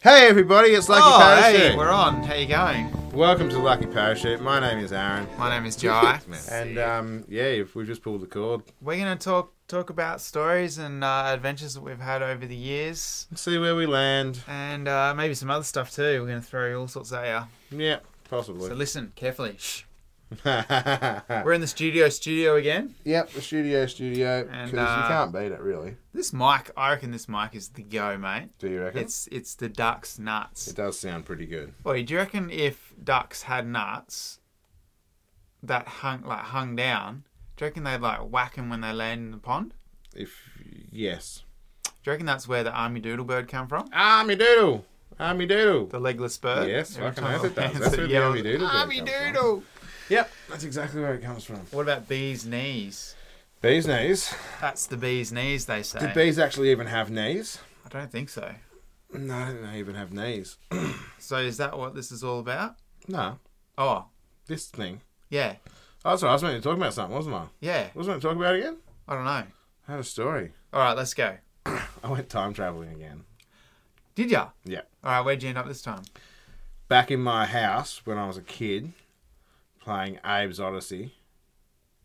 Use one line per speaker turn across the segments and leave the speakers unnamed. Hey everybody, it's Lucky
oh, hey,
Parachute.
we're on. How you going?
Welcome to Lucky Parachute. My name is Aaron,
My name is Jai.
and um, yeah, if we just pulled the cord.
we're going to talk talk about stories and uh, adventures that we've had over the years,
Let's see where we land.
and uh, maybe some other stuff too. We're going to throw all sorts at you.
Yeah,
So
possibly.
listen carefully. Shh. We're in the studio, studio again.
yep, the studio, studio, because
And, uh,
you can't beat it, really.
This mic, I reckon this mic is the go, mate.
Do you reckon?
It's it's the duck's nuts.
It does sound pretty good.
Boy, do you reckon if ducks had nuts that hung like hung down, do you reckon they'd like whack 'em when they land in the pond?
If yes,
Do you reckon that's where the army doodle bird come from?
Army Doodle, Army Doodle.
The legless bird.
Yes,
Every
fucking
time
oath it does.
lands,
That's
it
where the
yells,
army doodle bird
Army
comes from."
doodle.
Yep, that's exactly where it comes from.
What about bees' knees?
Bees' knees.
That's the bees' knees, they say.
Did bees actually even have knees?
I don't think so.
No, I didn't even have knees.
So is that what this is all about?
No,
Oh,
this thing.
yeah,
Oh, that's right. I was meant to talk about something, wasn't I?
yeah.
What was I meant to talk about again?
I don't know.
I had a story.
All right, let's go.
I went time traveling again.
Did ya?
Yeah.
All right, where'd you end up this time?
Back in my house when I was a kid, playing Abe's Odyssey.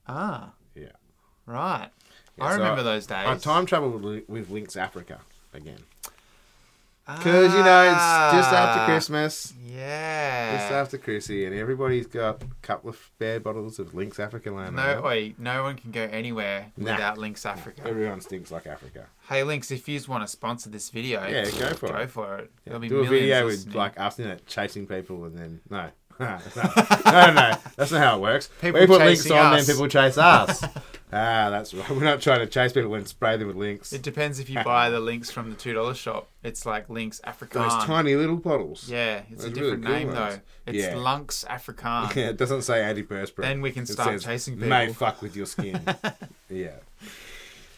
Ah.
Yeah.
Right.
Yeah,
I
so
remember those days.
I time traveled with- with Link's Africa again. Because, you know, it's just after
Ah,
Christmas. Just
Yeah.
after Chrissy, and everybody's got a couple of spare bottles of Link's Africa Land.
No, wait, no one can go anywhere
Nah.
without Lynx Africa.
Everyone stinks like Africa.
Hey, Links, if you want to sponsor this video,
Yeah, go for
go
it.
for it. There'll be
Do a
millions
video with
listening.
like us in it chasing people and then no. no, no, no, that's not how it works.
People
we put links
chasing
on,
us.
then people chase us. ah, that's right. We're not trying to chase people and spray them with links.
It depends if you buy the links from the two dollar shop. It's like Links
Those
Afrikaan.
tiny little bottles.
yeah, it's a
Those really
different
cool
name
ones.
though. It's
Yeah.
Lunks Afrikaan.
Yeah, it doesn't say antiperspirant.
Then we can
It
start
says,
chasing
May
people."
fuck with your skin. yeah.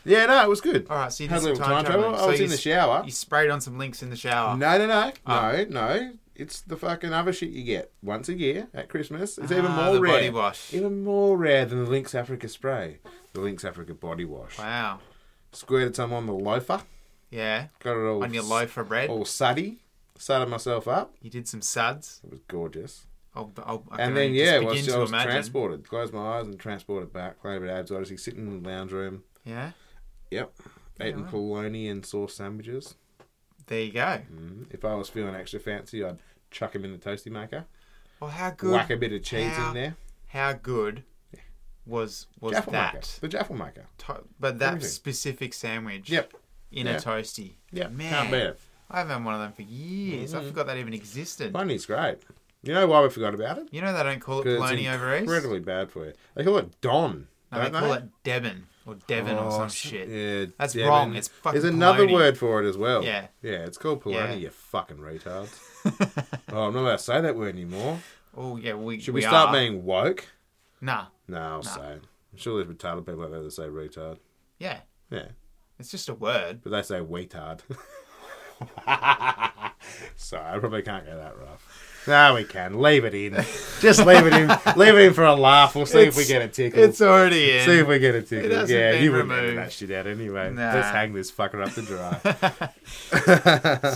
Yeah, no, it was good.
All right, so Oh, you did
Had a
some
little
time,
time travel.
traveling.
I
So
was
you
in the
s-
shower.
You Oh. sprayed on some links in the shower.
No, no, no, no, no. It's the fucking other shit you get once a year at Christmas. It's even
Ah,
more
the
rare.
body wash.
Even more rare than the Lynx Africa spray. The Lynx Africa body wash.
Wow.
Squirted some on the loafer.
Yeah.
Got it all
On your loaf of bread,
all suddy. Sudded myself up.
you did some suds.
It was gorgeous.
I'll, I'll, I can
And then
only
yeah,
just
I was,
begin
I
to
was
imagine.
transported. Closed my eyes and transported back. Played a bit of abs Odyssey, sitting in the lounge room.
Yeah.
Yep. Eating
wow.
bologna and sauce sandwiches.
There you go.
Mm. If I was feeling extra fancy, I'd chuck them in the toasty maker.
Well, how good?
Whack a bit of cheese
How-
in there.
How good was was
Jaffel maker.
that?
The Jaffel maker.
To- but that
Everything.
specific sandwich.
Yep.
in
Yeah.
a toasty.
Yep.
man,
Can't beat it.
I haven't had one of them for years.
Mm.
I forgot that even existed.
Bologna's great. You know why we forgot about it?
You know they don't call it
'Cause
bologna
it's
over east.
incredibly bad for you. They call it Don.
No, they
don't
call it Devon or Devon or
Oh,
some
s-
shit.
Yeah,
That's
Devon.
wrong, it's fucking
There's another
bologna.
word for it as well.
Yeah.
Yeah, it's called bologna,
Yeah.
you fucking retards. oh, I'm not allowed to say that word anymore.
Oh yeah, we
Should we, start
are.
being woke?
Nah,
No, I'll say. I'm sure there's retarded people out there that say retard.
yeah,
Yeah,
it's just a word.
but they say weetard. Sorry, I probably can't go that rough. No, we can. Leave it in. Just leave it in. Leave it in for a laugh. We'll see if we
It's-
get a tickle.
It's alleddy in.
See if we get a ticket.
It hasn't
yeah,
been
you wouldn't edit
removed.
that shit out anyway.
Nah.
Let's hang this fucker up to dry.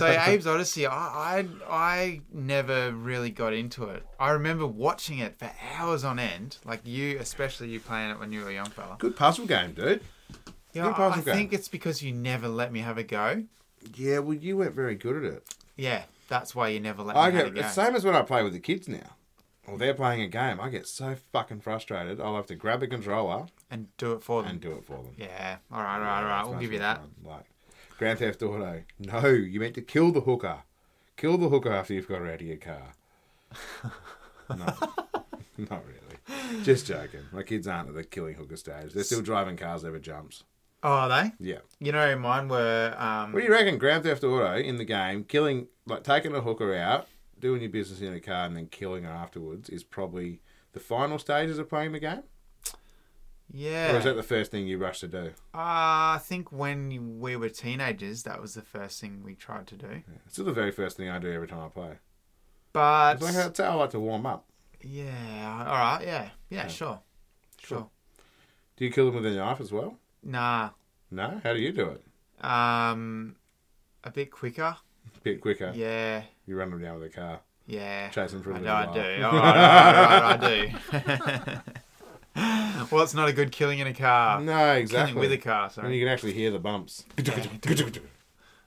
so Abe's Odyssey, I, I I never really got into it. I remember watching it for hours on end, like you, especially you playing it when you were a young fella.
Good puzzle game, dude.
Yeah,
good
I, I
puzzle game.
think it's because you never let me have a go.
Yeah, well, you weren't very good at it.
Yeah, that's why you never let me
I
have a
get
go.
it's same as when I play with the kids now. Well, they're playing a game. I get so fucking frustrated. I'll have to grab a controller
and do it for them.
and do it for them.
Yeah. All right. All right. All
That's
right. We'll
much
give you
more
that.
fun. Like Grand Theft Auto. No, you meant to kill the hooker. Kill the hooker after you've got her out of your car. No, not really. Just joking. My kids aren't at the killing hooker stage. They're still driving cars over jumps.
Oh, are they?
Yeah.
You know, mine were. Um,
What do you reckon? Grand Theft Auto in the game, killing like taking a hooker out, doing your business in a car, and then killing her afterwards is probably the final stages of playing the game. Or
yeah.
is that the first thing you rush to do?
Uh, I think when we were teenagers, that was the first thing we tried to do.
It's still the very first thing I do every time I play.
But
It's like that's how I like to warm up.
yeah. All right. Yeah. Yeah. Sure. Sure.
Do you kill them with a knife as well?
Nah.
No. How do you do it?
Um, a bit quicker.
bit quicker.
Yeah.
You run them down with a car.
Yeah.
Chase them for a
I
little
know I
while.
do. Oh, I, know, I do. well, it's not a good killing in a car.
No,
Killing
exactly.
with a car,
and you
sorry.
can actually hear the bumps. Could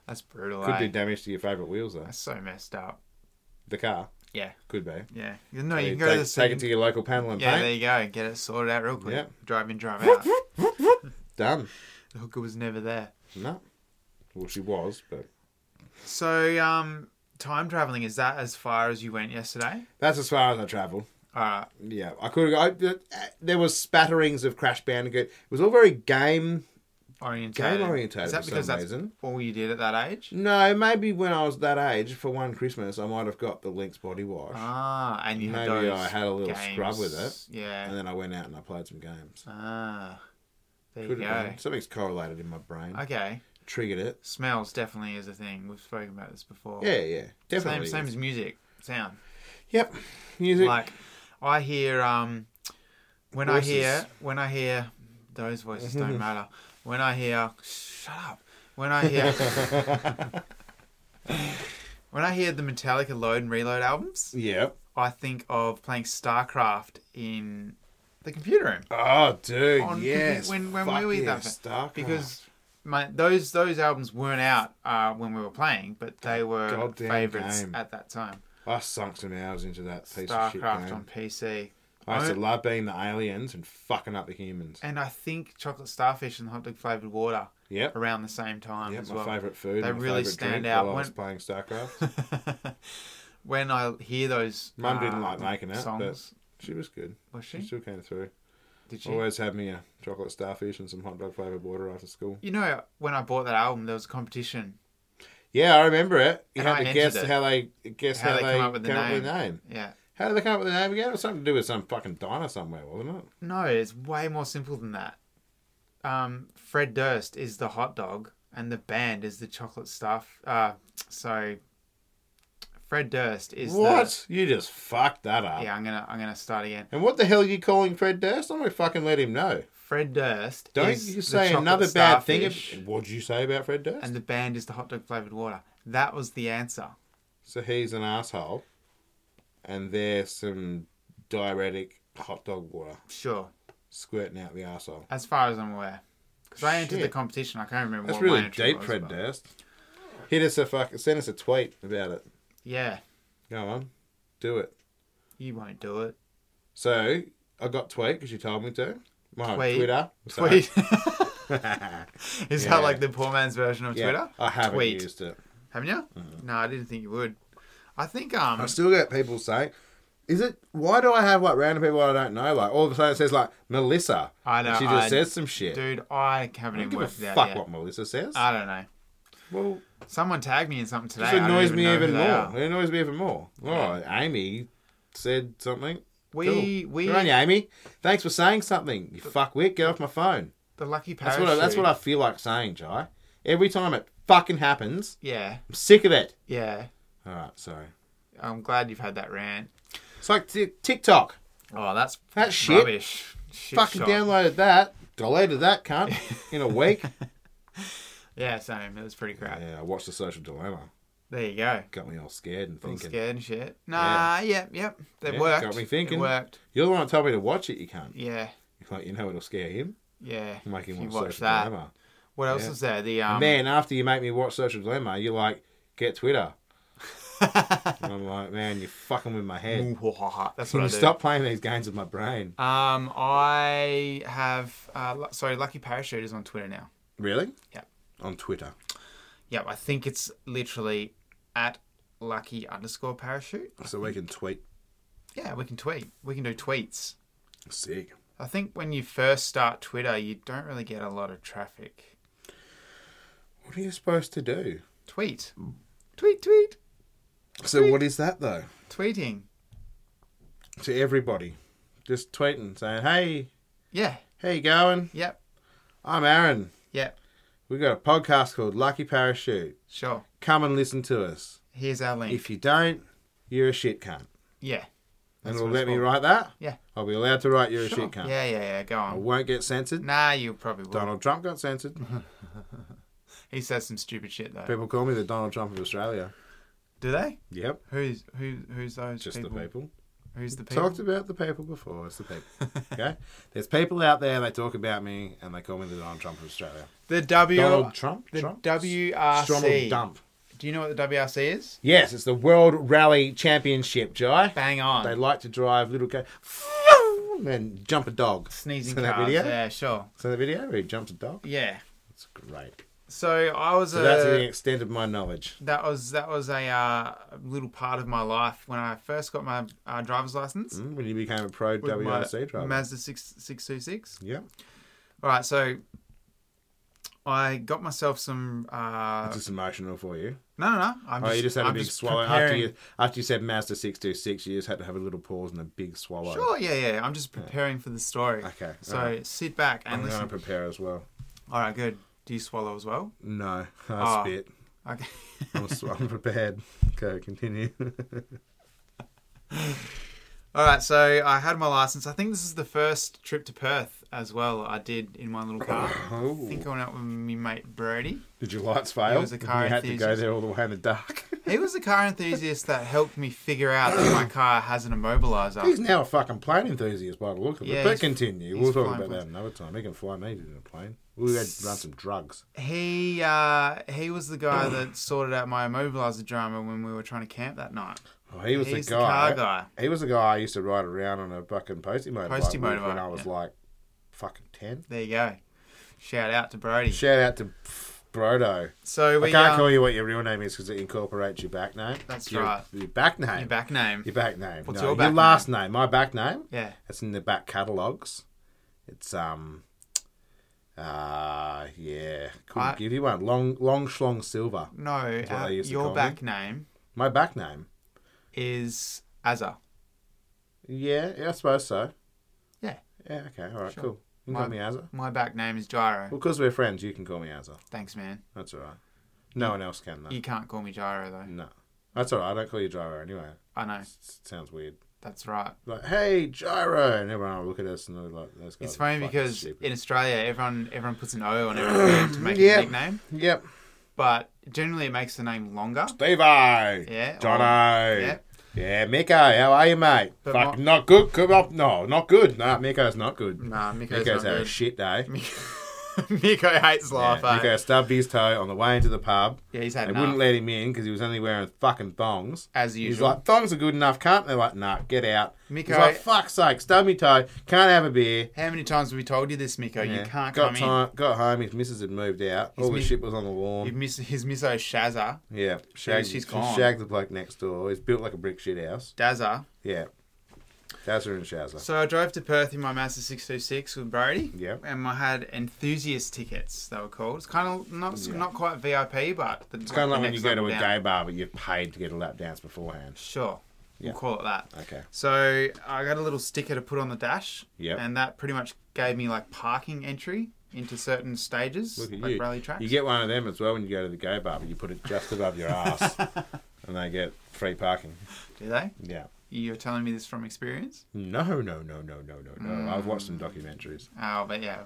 That's brutal. eh?
be damage to your favourite wheels though.
That's so messed up.
The car
Yeah.
could be.
Yeah. No,
So
you
you take,
can go to the
take it
second.
to your local panel and
Yeah, there
paint.
you go. Get it sorted out real quick.
Yeah.
Drive in, drive out. the
Done.
hooker was never there.
No. Well, she was, but
So, um, time traveling is that as far as you went yesterday? Uh,
that's as far as I travelled.
All right.
Yeah, I could. I, uh, there was spatterings of Crash Bandicoot. It was all very game
Orientated.
game orientated.
Is that
for
because
some
that's
reason.
all you did at that age?
No, maybe when I was that age, for one Christmas, I might have got the Lynx body wash,
Ah, and you had
Maybe
those
I had a little
games.
scrub with it.
Yeah.
and then I went out and I played some games.
Ah, there you
Could have
go.
been. Something's correlated in my brain,
Okay,
triggered it.
smells definitely is a thing. We've spoken about this before.
Yeah, yeah,
same
definitely.
Oh. same as music, sound.
Yep, music.
Like I hear um, when
Voices.
I hear when I hear those voices don't matter. When I hear shut up. When I hear when I hear the Metallica Load and Reload albums,
Yep.
I think of playing StarCraft in the computer room.
Oh, dude,
On
yes.
compu- when- when
Fuck
we were
yeah,
that-
Starcraft.
because my those those albums weren't out uh, when we were playing, but they were
Goddamn
favorites
game.
at that time.
I sunk some hours into that piece of shit
Starcraft
game.
on PC,
I used to love being the aliens and fucking up the humans.
and I think Chocolate Starfish and Hot Dog Flavored Water
Yep.
around the same time
Yep,
as
my
well.
favourite food.
They
my
really
favourite
stand
drink
out.
While I was
When-
playing StarCraft,
when I hear those,
Mum didn't
uh,
like making it,
songs.
she was good.
Was
She
she?
still came through.
Did she?
Always had me a chocolate starfish and some hot dog flavoured water after school.
You know, when I bought that album, there was a competition.
Yeah, I remember it. You
And
had
I
to
entered
guess
it.
how they guess how, they came up with the name.
Yeah.
How did they come up with the name again? It was something to do with some fucking diner somewhere, wasn't it?
No, it's way more simple than that. Um, Fred Durst is the hot dog, and the band is the chocolate stuff. Uh, so Fred Durst is the-
what? You just fucked that up.
yeah, I'm gonna I'm gonna start again.
And what the hell are you calling Fred Durst? I'm gonna fucking let him know.
Fred Durst.
Don't
is
you
the
say
chocolate
another bad thing.
starfish,
ab- What'd you say about Fred Durst?
and the band is the hot dog flavored water. That was the answer.
So he's an asshole, and there's some diuretic hot dog water
Sure,
squirting out the asshole.
as far as I'm aware, because I entered the
Shit.
competition. I can't remember.
That's
what my
really
entry
deep,
was,
Fred
but-
Durst. Hit us a fuck. Send us a tweet about it.
Yeah,
Go on, do it.
you won't do it.
So I got tweet because you told me to. My
Tweet.
Twitter. Sorry.
Tweet. is
Yeah.
that like the poor man's version of
Yeah,
Twitter?
I haven't
Tweet.
used it.
Haven't you?
Mm-hmm.
No, I didn't think you would. I think um
I still get people saying, "Is it? Why do I have like random people I don't know? Like all of a sudden it says like Melissa.
I know,
And she just
I-
says some shit.
dude, I haven't
I don't
even
give a
worked it
fuck
out yet.
what Melissa says.
I don't know.
well,
Someone tagged me in something today.
This
I don't
annoys me
know who
even
they
more.
are.
It annoys me even more. Oh, Amy said something.
We
Cool.
we
Good on you, Amy. Thanks for saying something. You fuckwit, get off my phone.
the lucky
That's
parachute.
what I, that's what I feel like saying, Jai. Every time it fucking happens,
Yeah,
I'm sick of it.
yeah.
All right, sorry.
I'm glad you've had that rant.
It's like t- TikTok.
Oh, that's
That shit.
rubbish. Shit
fucking
shot.
downloaded that, deleted that cunt in a week.
Yeah, same. It was pretty crap.
yeah, I watched the social dilemma.
There you go.
Got me all scared and
I'm
thinking.
scared and shit. Nah, yep, yep. That
Yeah,
worked.
got me thinking.
It worked.
You're the one that told me to watch it. You can't.
Yeah,
Like you know, it'll scare him.
yeah.
Make
If
him
you
watch,
watch
social
that.
dilemma.
What else
Mm, Yeah.
was there? The um.
man, after you make me watch Social Dilemma, you're like, get Twitter. and I'm like, man, you're fucking with my head.
That's
Can
what I
you
do.
stop playing these games with my brain?
Um, I have uh, lu- sorry, Lucky Parachute is on Twitter now.
Really?
Yeah.
On Twitter.
Yep, I think it's literally at Lucky underscore Parachute.
So we can tweet.
Yeah, we can tweet. We can do tweets.
Sick.
I think when you first start Twitter, you don't really get a lot of traffic.
What are you supposed to do?
Tweet, tweet, tweet,
So what is that though?
tweeting.
To everybody. Just tweeting, saying, Hey,
Yeah,
how you going?
yep,
I'm Aaron.
yep.
We've got a podcast called Lucky Parachute.
Sure.
Come and listen to us.
Here's our link.
If you don't, you're a shit cunt.
yeah.
And
That's
it'll
what
let
it's
me
called.
write that?
Yeah.
I'll be allowed to write you're a shit cunt.
Yeah, yeah, yeah. Go
I
on.
won't get censored.
Nah, you probably will.
Donald Trump got censored.
He says some stupid shit though.
People call me the Donald Trump of Australia.
Do they?
Yep.
Who's who? Who's those
Just
people?
the people.
Who's the people?
Talked about the people before. It's the people. okay. There's people out there. They talk about me and they call me the Donald Trump of Australia.
the W.
Donald Trump.
The
Trump? Donald
WRC.
Dump.
Do you know what the WRC is?
Yes, it's the World Rally Championship, Jai.
Bang on.
They like to drive little go and then jump a dog.
Sneezing
Seen that
cars.
video?
Yeah, sure.
So the video where he jumps a dog.
Yeah.
It's great.
So I was
So
a.
that's the extent of my knowledge.
that was that was a uh, little part of my life when I first got my uh, driver's license.
Mm, When you became a pro
with my
WRC driver.
Mazda six six two six.
yep.
All right, so I got myself some. Uh,
It's just emotional for you.
no, no, no. I'm
Oh,
just,
you just had a
I'm
big
just
swallow after
preparing-
you. After you said Mazda six two six, you just had to have a little pause and a big swallow.
Sure, yeah, yeah. I'm just preparing for the story.
Okay,
So
alright.
sit back and
I'm going to
listen.
prepare as well.
All right, good. Do you swallow as well?
No, I
Ah.
spit.
Okay.
I'm, sw- I'm prepared. Okay, continue.
All right, so I had my license. I think this is the first trip to Perth as well. I did in my little car.
Oh.
I think I went out with my mate Brody.
Did your lights fail?
It was a car
you had to go
enthusiast.
there all the way in the dark.
He was the car enthusiast that helped me figure out that my car has an immobilizer.
he's now a fucking plane enthusiast by the look of
Yeah,
it. But
he's-
continue.
he's
We'll talk
flying
about that
planes.
another time. He can fly me in a plane. We had to run some drugs.
He uh, he was the guy that sorted out my immobilizer drama when we were trying to camp that night.
Oh, he was
He's
the guy.
car guy.
He was the guy I used to ride around on a fucking postie motorbike
Postie
with
motorbike,
when I was
yeah.
like fucking ten.
There you go. Shout out to Brody.
Shout out to Brodo.
So we
I can't
um,
call you what your real name is because it incorporates your back name.
That's
your,
right.
Your back name.
your back name.
Your back name.
What's
no, your,
your back
last name. My back name.
Yeah.
It's in the back catalogues. It's um. Uh, yeah, couldn't
I-
give you one. Long, long schlong silver.
No,
what
uh,
they used to
your
call
back name
My back name.
is Azza.
Yeah, yeah, I suppose so.
Yeah.
Yeah. Okay. All right.
Sure.
Cool. You can call
My-
me Azza.
My back name is Gyro.
Well, because we're friends, you can call me Azza.
Thanks, man.
That's all right. No one else can though.
You can't call me Gyro though.
No, that's all right. I don't call you Gyro anyway.
I know.
It s- sounds weird.
That's right.
Like, hey, Gyro, and everyone will look at us and they're like, those guys.
It's
are
funny
fucking
because
stupid.
in Australia, everyone everyone puts an O on everything to make
Yeah.
a nickname,
yep,
but generally it makes the name longer.
Stevie. Yeah.
Yeah, Oh,
Jono.
yeah.
Yeah, Miko, how are you, mate?
But
Fuck,
my-
not good. Come up. No, not good. No, Miko's not good.
Oh. Nah, Miko's,
Miko's
not
had a
good.
shit day.
Miko hates
Yeah,
life. eh?
Miko stubbed his toe on the way into the pub.
Yeah, he's
They
had
wouldn't
enough.
let him in because he was only wearing fucking thongs.
as usual.
He's like, thongs are good enough, can't? They're like, nah, get out.
Miko-
He's like, fuck's sake, stubbed me toe, can't have a beer.
How many times have we told you this, Miko? Oh, You
Yeah.
can't
got
come
time, Got home, his missus had moved out.
His
All the
mi-
shit was on the
in.
lawn.
You've missed his miso Shazza,
yeah, shagged,
she's gone.
shagged the bloke next door. He's built like a brick shit house.
Dazza.
Yeah. Dazza and Shazza.
So I drove to Perth in my Mazda 626 with Brody.
Yeah.
And I had enthusiast tickets, they were called. It's kind of not not quite VIP, but
It's kind of like when you go to a gay bar, but you're paid to get a lap dance beforehand.
Sure.
Yeah.
We'll call it that.
Okay.
So I got a little sticker to put on the dash.
Yep.
And that pretty much gave me like parking entry into certain stages,
Look at
like
you.
rally tracks.
You get one of them as well when you go to the gay bar, but you put it just above your ass, and they get free parking.
Do they?
Yeah.
You're telling me this from experience?
No, no, no, no, no, no, no.
Mm.
I've watched some documentaries.
Oh, but yeah.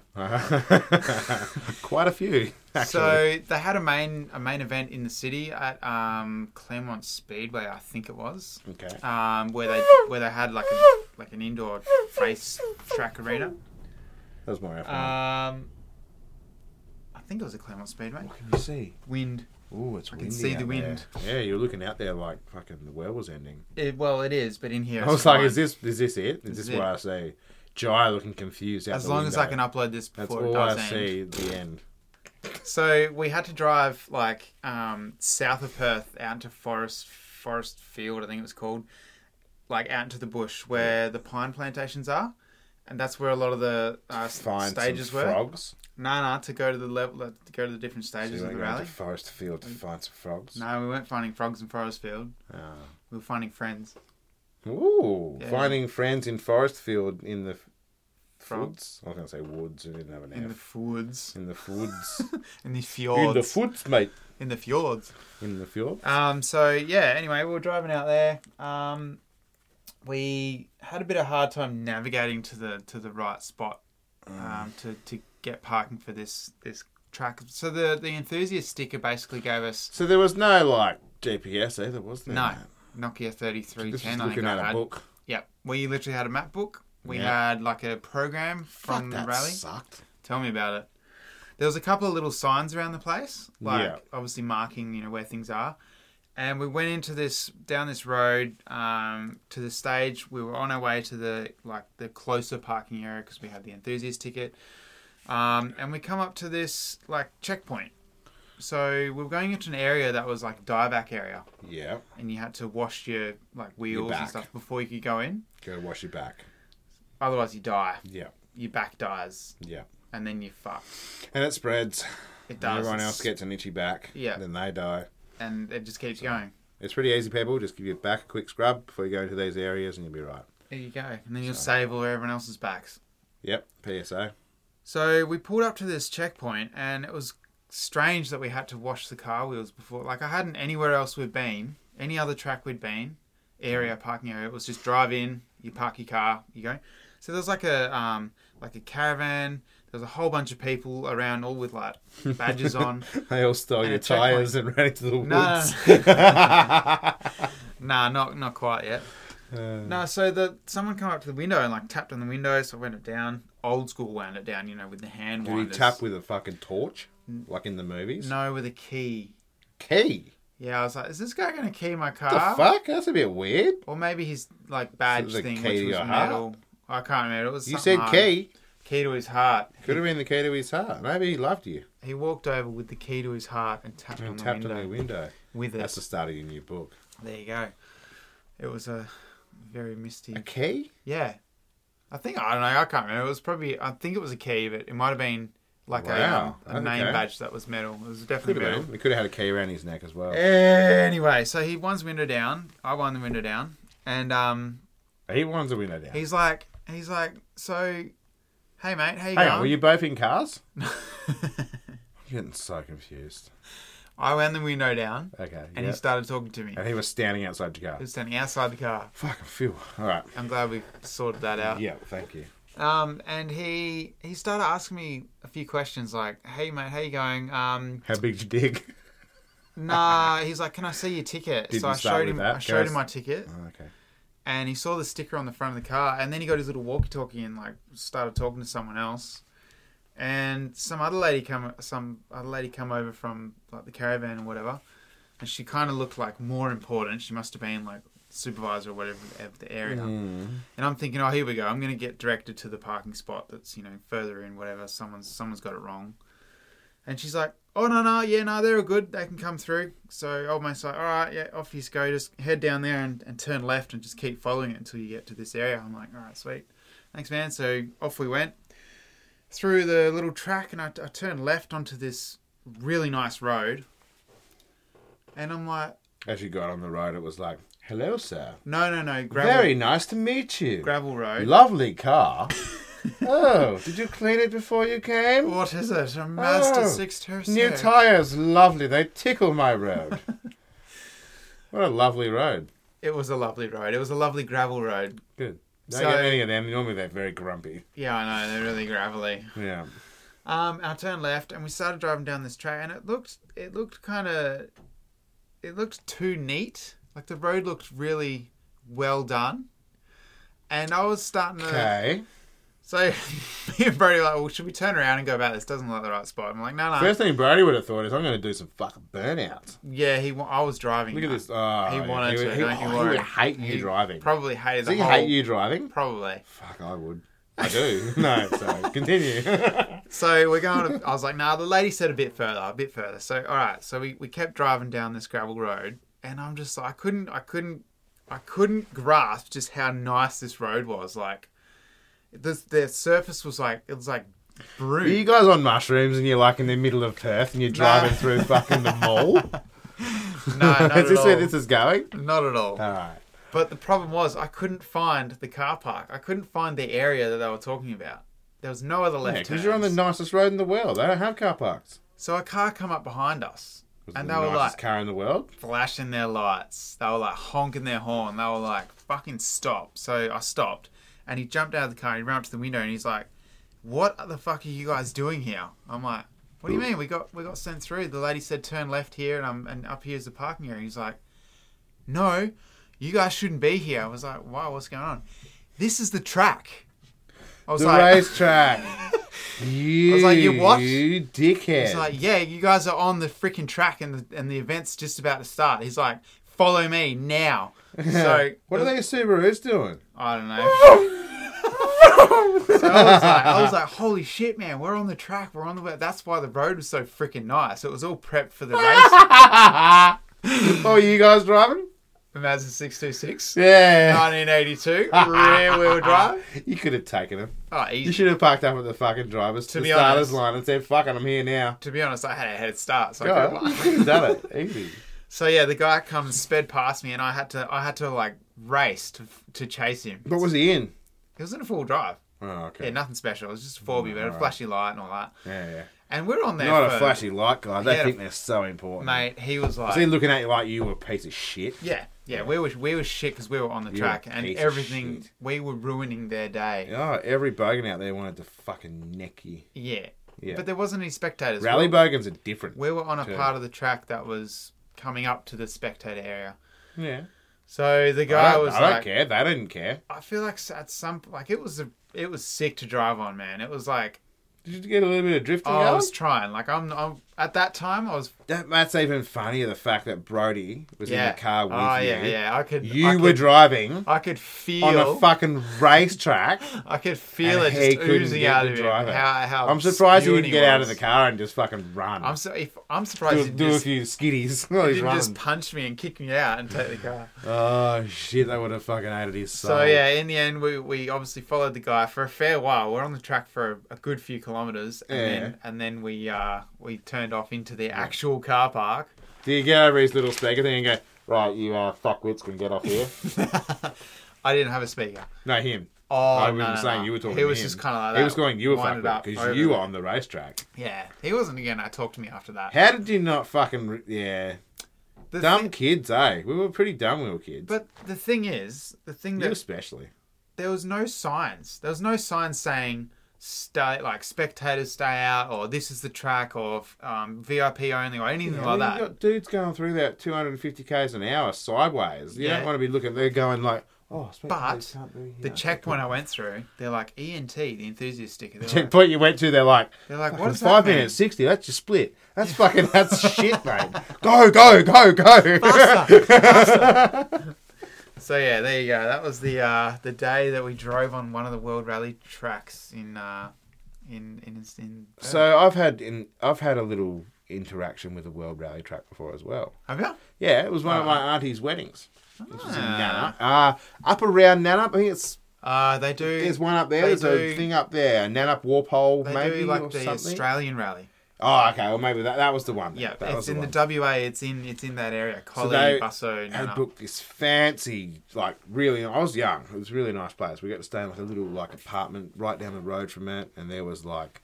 Quite a few, actually.
So they had a main a main event in the city at um, Claremont Speedway, I think it was,
okay.
um, where they where they had like a like an indoor race track arena.
That was more effort.
Um, I think it was a Claremont Speedway.
what can you see?
Wind.
Oh, it's I
can see the wind.
Yeah, you're looking out there like fucking the world was ending.
It, well, it is, but in here.
I was
it's
like,
fine.
is this is this it? Is
This
this
is
where I see Jai looking confused? Out
As
the
long as I can
window?
upload this
That's
before it
all I
does end.
see. at The end.
So we had to drive like um, south of Perth out into Forest Forest Field, I think it was called, like out into the bush where the pine plantations are, and that's where a lot of the uh, s-
Find
stages
some
were.
frogs.
No, no, to go to the level, to go Mm. to the different
So you
stages of
went
the
going to
rally.
forest field to find some frogs.
No, we weren't finding frogs in Forest Field.
Ah.
We were finding friends.
Ooh,
Yeah.
finding friends in forest field in the f-
Frogs.
woods. I was going to say woods. I didn't have an
In the
F.
f- woods,
in the woods.
in the
in
fjords,
the foots, mate.
in the fjords.
In the fjord.
Um, so yeah, anyway, we were driving out there. Um, we had a bit of hard time
Mm.
navigating to the to the right spot um, to to get parking for this this track. So the the enthusiast sticker basically gave us
So there was no like GPS either, was there?
no Nokia thirty three
This
ten.
is
I think
looking at
I
a
had.
book.
Yep, we literally had a map book. We
Yeah.
had like a program
Fuck,
from
that
the rally.
sucked.
Tell me about it. There was a couple of little signs around the place, like
Yeah.
obviously marking, you know, where things are. And we went into this down this road um, to the stage. We were on our way to the like the closer parking area because we had the enthusiast ticket. Um, and we come up to this like checkpoint. So we were going into an area that was like dieback area,
Yeah,
and you had to wash your like wheels
back.
and stuff before you could go in.
go wash your back.
Otherwise, you die.
Yeah,
Your back dies,
yeah,
and then you fuck.
and it spreads.
It does.
And everyone
It's-
else gets an itchy back.
Yeah.
Then they die.
and it just keeps going.
It's pretty easy, people. Just give your back a quick scrub before you go into these areas, and you'll be right.
There you go. And then you'll save all everyone else's backs.
Yep. PSA.
So we pulled up to this checkpoint, and it was strange that we had to wash the car wheels before. Like I hadn't anywhere else we'd been, any other track we'd been, area parking area. It was just drive in, you park your car, you go. So there's like a um, like a caravan. There's a whole bunch of people around, all with like badges on.
They all stole
And
your
a checkpoint.
tires and ran into the woods.
No, Nah, not not quite yet.
Uh,
No, so the someone come up to the window and like tapped on the window, so I wound it down. Old school wound it down, you know, with the hand
Did he
winders.
tap with a fucking torch, like in the movies?
No, with a key.
Key.
Yeah, I was like, is this guy going to key my
The
car?
fuck? That's a bit weird.
Or maybe his like
So
badge
it was a
thing,
key to
which was
your
metal.
heart?
I can't remember. It was
You
something
said
hard.
key.
Key to his heart.
Could have been the key to his heart. Maybe he loved you
He walked over with the key to his heart and tapped on
and
the
tapped
window
on your window.
with it.
That's the start of your new book.
There you go. It was a very misty.
A key?
Yeah, I think I don't know. I can't remember. It was probably I think it was a key, but it might have been like
Wow,
a, um, a
okay.
name badge that was metal. It was
Could
definitely
have
metal.
been. He could have had a key around his neck as well.
Eh. Anyway, so he winds the window down. I wind the window down, and um,
He wants a window down.
he's like, he's like, so, hey mate, how
Hang
you going?
on, were you both in cars? I'm getting so confused.
I wound the window down,
Okay.
and
yeah.
he started talking to me.
and he was standing outside the car.
He was standing outside the car.
Fucking phew. All right.
I'm glad we sorted that out.
Uh, Yeah, thank you.
Um, and he he started asking me a few questions like, "Hey mate, how you going? Um,
How big's your dig?
Nah, he's like, "Can I see your ticket?"
Didn't
so I
start
showed
with
him.
that,
I showed
guys.
him my ticket,
Oh, okay.
and he saw the sticker on the front of the car, and then he got his little walkie-talkie and like started talking to someone else, and some other lady come, some other lady come over from like the caravan or whatever, and she kind of looked like more important. She must have been like supervisor or whatever of the area,
Mm.
and I'm thinking, "Oh, here we go. I'm gonna get directed to the parking spot that's you know further in whatever. Someone's someone's got it wrong." And she's like, "Oh no, no, yeah, no, they're all good. They can come through." So old mate's like, "All right, yeah, off you go. Just head down there and, and turn left and just keep following it until you get to this area." I'm like, "All right, sweet, thanks, man." So off we went through the little track, and I, I turned left onto this really nice road. And I'm like,
As you got on the road, it was like, hello, sir.
"No, no, no, gravel,
Very nice to meet you.
gravel road.
Lovely car. oh, did you clean it before you came?
what is it? A Mazda
Oh,
six Tercel?
New tires, lovely. They tickle my road. what a lovely road.
It was a lovely road. It was a lovely gravel road.
Good. Don't
So-
get any of them. Normally they're very grumpy.
Yeah, I know they're really gravelly."
Yeah.
Um, I turned left and we started driving down this track, and it looked it looked kind of it looked too neat. Like the road looked really well done, and I was starting
Uh,
to.
Okay.
So me and Brody were like, well, should we turn around and go back? This doesn't look like the right spot. I'm like, no, no.
First thing Brody would have thought is I'm going to do some fucking burnouts.
yeah, he. wa- I was driving.
Look at
that.
this. Oh,
He wanted
he,
to.
would- he,
don't you
oh, he
worry.
would hate you
He
driving.
Probably hated
Does
the
he
whole.
hate you driving?
Probably.
Fuck, I would. I do. no, sorry. Continue.
So we're going. To, I was like, nah. The lady said a bit further, a bit further. So all right. So we, we kept driving down this gravel road, and I'm just like, I couldn't, I couldn't, I couldn't grasp just how nice this road was. Like, the the surface was like it was like
Are you
broom.
guys on mushrooms and you're like in the middle of Perth and you're driving through fucking the mall?
No,
is
not at
this
all.
where this is going?
Not at all.
All right.
But the problem was, I couldn't find the car park. I couldn't find the area that they were talking about. There was no other left.
Because you're on the
turns.
nicest road in the world. They don't have car parks.
so a car come up behind us,
Was it
and
the
they were
nicest
like,
car in the world.
flashing their lights. They were like honking their horn. They were like, fucking stop. So I stopped and he jumped out of the car. He ran up to the window and he's like, what the fuck are you guys doing here? I'm like, What do you mean? We got we got sent through. The lady said turn left here, and I'm and up here's the parking area. He's like, no, you guys shouldn't be here. I was like, why? What's going on? This is the track. I was
The
like,
racetrack. you,
was like, you what?
You dickhead.
He's like, yeah, you guys are on the freaking track, and the and the event's just about to start. He's like, follow me now. So
what are they Subarus doing?
I don't know. so I was like, I was like, holy shit, man, we're on the track, we're on the way. That's why the road was so freaking nice. It was all prepped for the race.
oh, you guys driving?
Mazda six two six.
Yeah.
1982, rear wheel drive.
You could have taken him.
Oh,
You
easy.
should have parked up at the fucking drivers to
To
the
be
starters
honest.
line and said, "Fucking, I'm here now."
To be honest, I had a head start, so I
God,
could've
you
won.
could have done it easy.
So yeah, the guy comes sped past me, and I had to, I had to like race to, to chase him.
What was he in?
It was in a full drive.
Oh,
Yeah,
okay.
nothing special. It was just a four B, but a
Alright.
flashy light and all that.
Yeah, yeah.
And we're on there.
Not
for,
a flashy light guy. They
Yeah.
think they're so important.
mate. He was like,
Is he looking at you like you were a piece of shit?
yeah, yeah, We were we were shit because we were on the
were a
track, and
piece of
everything
shit.
we were ruining their day.
Oh, every bogan out there wanted to fucking neck you.
Yeah.
Yeah.
But there wasn't any spectators.
Rally
we,
bogans are different.
we were on a
Too.
part of the track that was coming up to the spectator area.
Yeah.
So the
I
guy
don't,
was
I don't
like,
care. They didn't care.
I feel like at some like it was a it was sick to drive on, man. It was like
Did you get a little bit of drifting
oh,
going?
I was trying. Like I'm, I'm at that time I was
That, that's even funnier, the fact that Brody was
yeah.
in the car with
oh
you.
yeah, yeah. I could
You
I
were
could,
driving
I could
on a
feel
fucking racetrack.
I could feel it
and
just
he couldn't
oozing
get
out
the
of him.
driver.
How, how
I'm surprised you
spewed
didn't
he
get out of the
was.
car and just fucking run.
I'm so if, I'm
do
surprised you
do
just,
a few skiddies while
he
he's
didn't
running.
just punch me and kick me out and take the car.
Oh shit, that would have fucking hated his soul.
So yeah, in the end, we, we obviously followed the guy for a fair while. We're on the track for a, a good few kilometers, and
Yeah.
then and then we uh, we turned off into the actual car park.
Do you get over his little speaker thing and go, right, you uh, fuckwits can get off here?
I didn't have a speaker.
no, him.
Oh,
I
no,
wasn't
no,
saying
no.
you were talking
He
to
was
him.
just kind of like that.
He was going, you were
winded
fuckwit
up over
because you
the-
were on the racetrack.
Yeah, he wasn't again. I talked to me after that.
How did you not fucking. Re- yeah.
The
Dumb
thi-
kids, eh? We were pretty dumb when we were kids.
but the thing is, the thing
you
that
especially.
there was no signs. There was no signs saying stay like spectators stay out or this is the track or um, VIP only or anything
I
like
mean,
that.
You got dudes going through that 250 k's an hour sideways. You
Yeah.
don't want to be looking. They're going like, oh, I expect
But
these can't be here.
the checkpoint I went through, they're like ENT, the enthusiast sticker. They're like,
checkpoint you went to. They're like,
they're like what
"Fucking
is that?
five
mean?
minutes sixty. That's your split. That's fucking. That's shit, mate. Go, go, go, go.
So yeah, there you go. That was the uh, the day that we drove on one of the World Rally tracks in uh, in in in. Perth.
so I've had in, I've had a little interaction with a world rally track before as well.
have you?
Yeah, it was one of my auntie's weddings. Which is in
Ah.
Nana. Uh, up around Nanup, I think it's
Uh, they do.
there's one up there.
They
There's a
do-
thing up there, Nanup Warpole,
they
maybe
do
or
like the
something.
Australian Rally.
Oh, okay. Well, maybe that, that was the one. then.
Yeah,
that was
it's in
one.
the WA. It's in it's in that area. Collie,
they-
Busso,
I
Nana.
booked this fancy, like really. I was young. It was a really nice place. We got to stay in like a little like apartment right down the road from it, and there was like,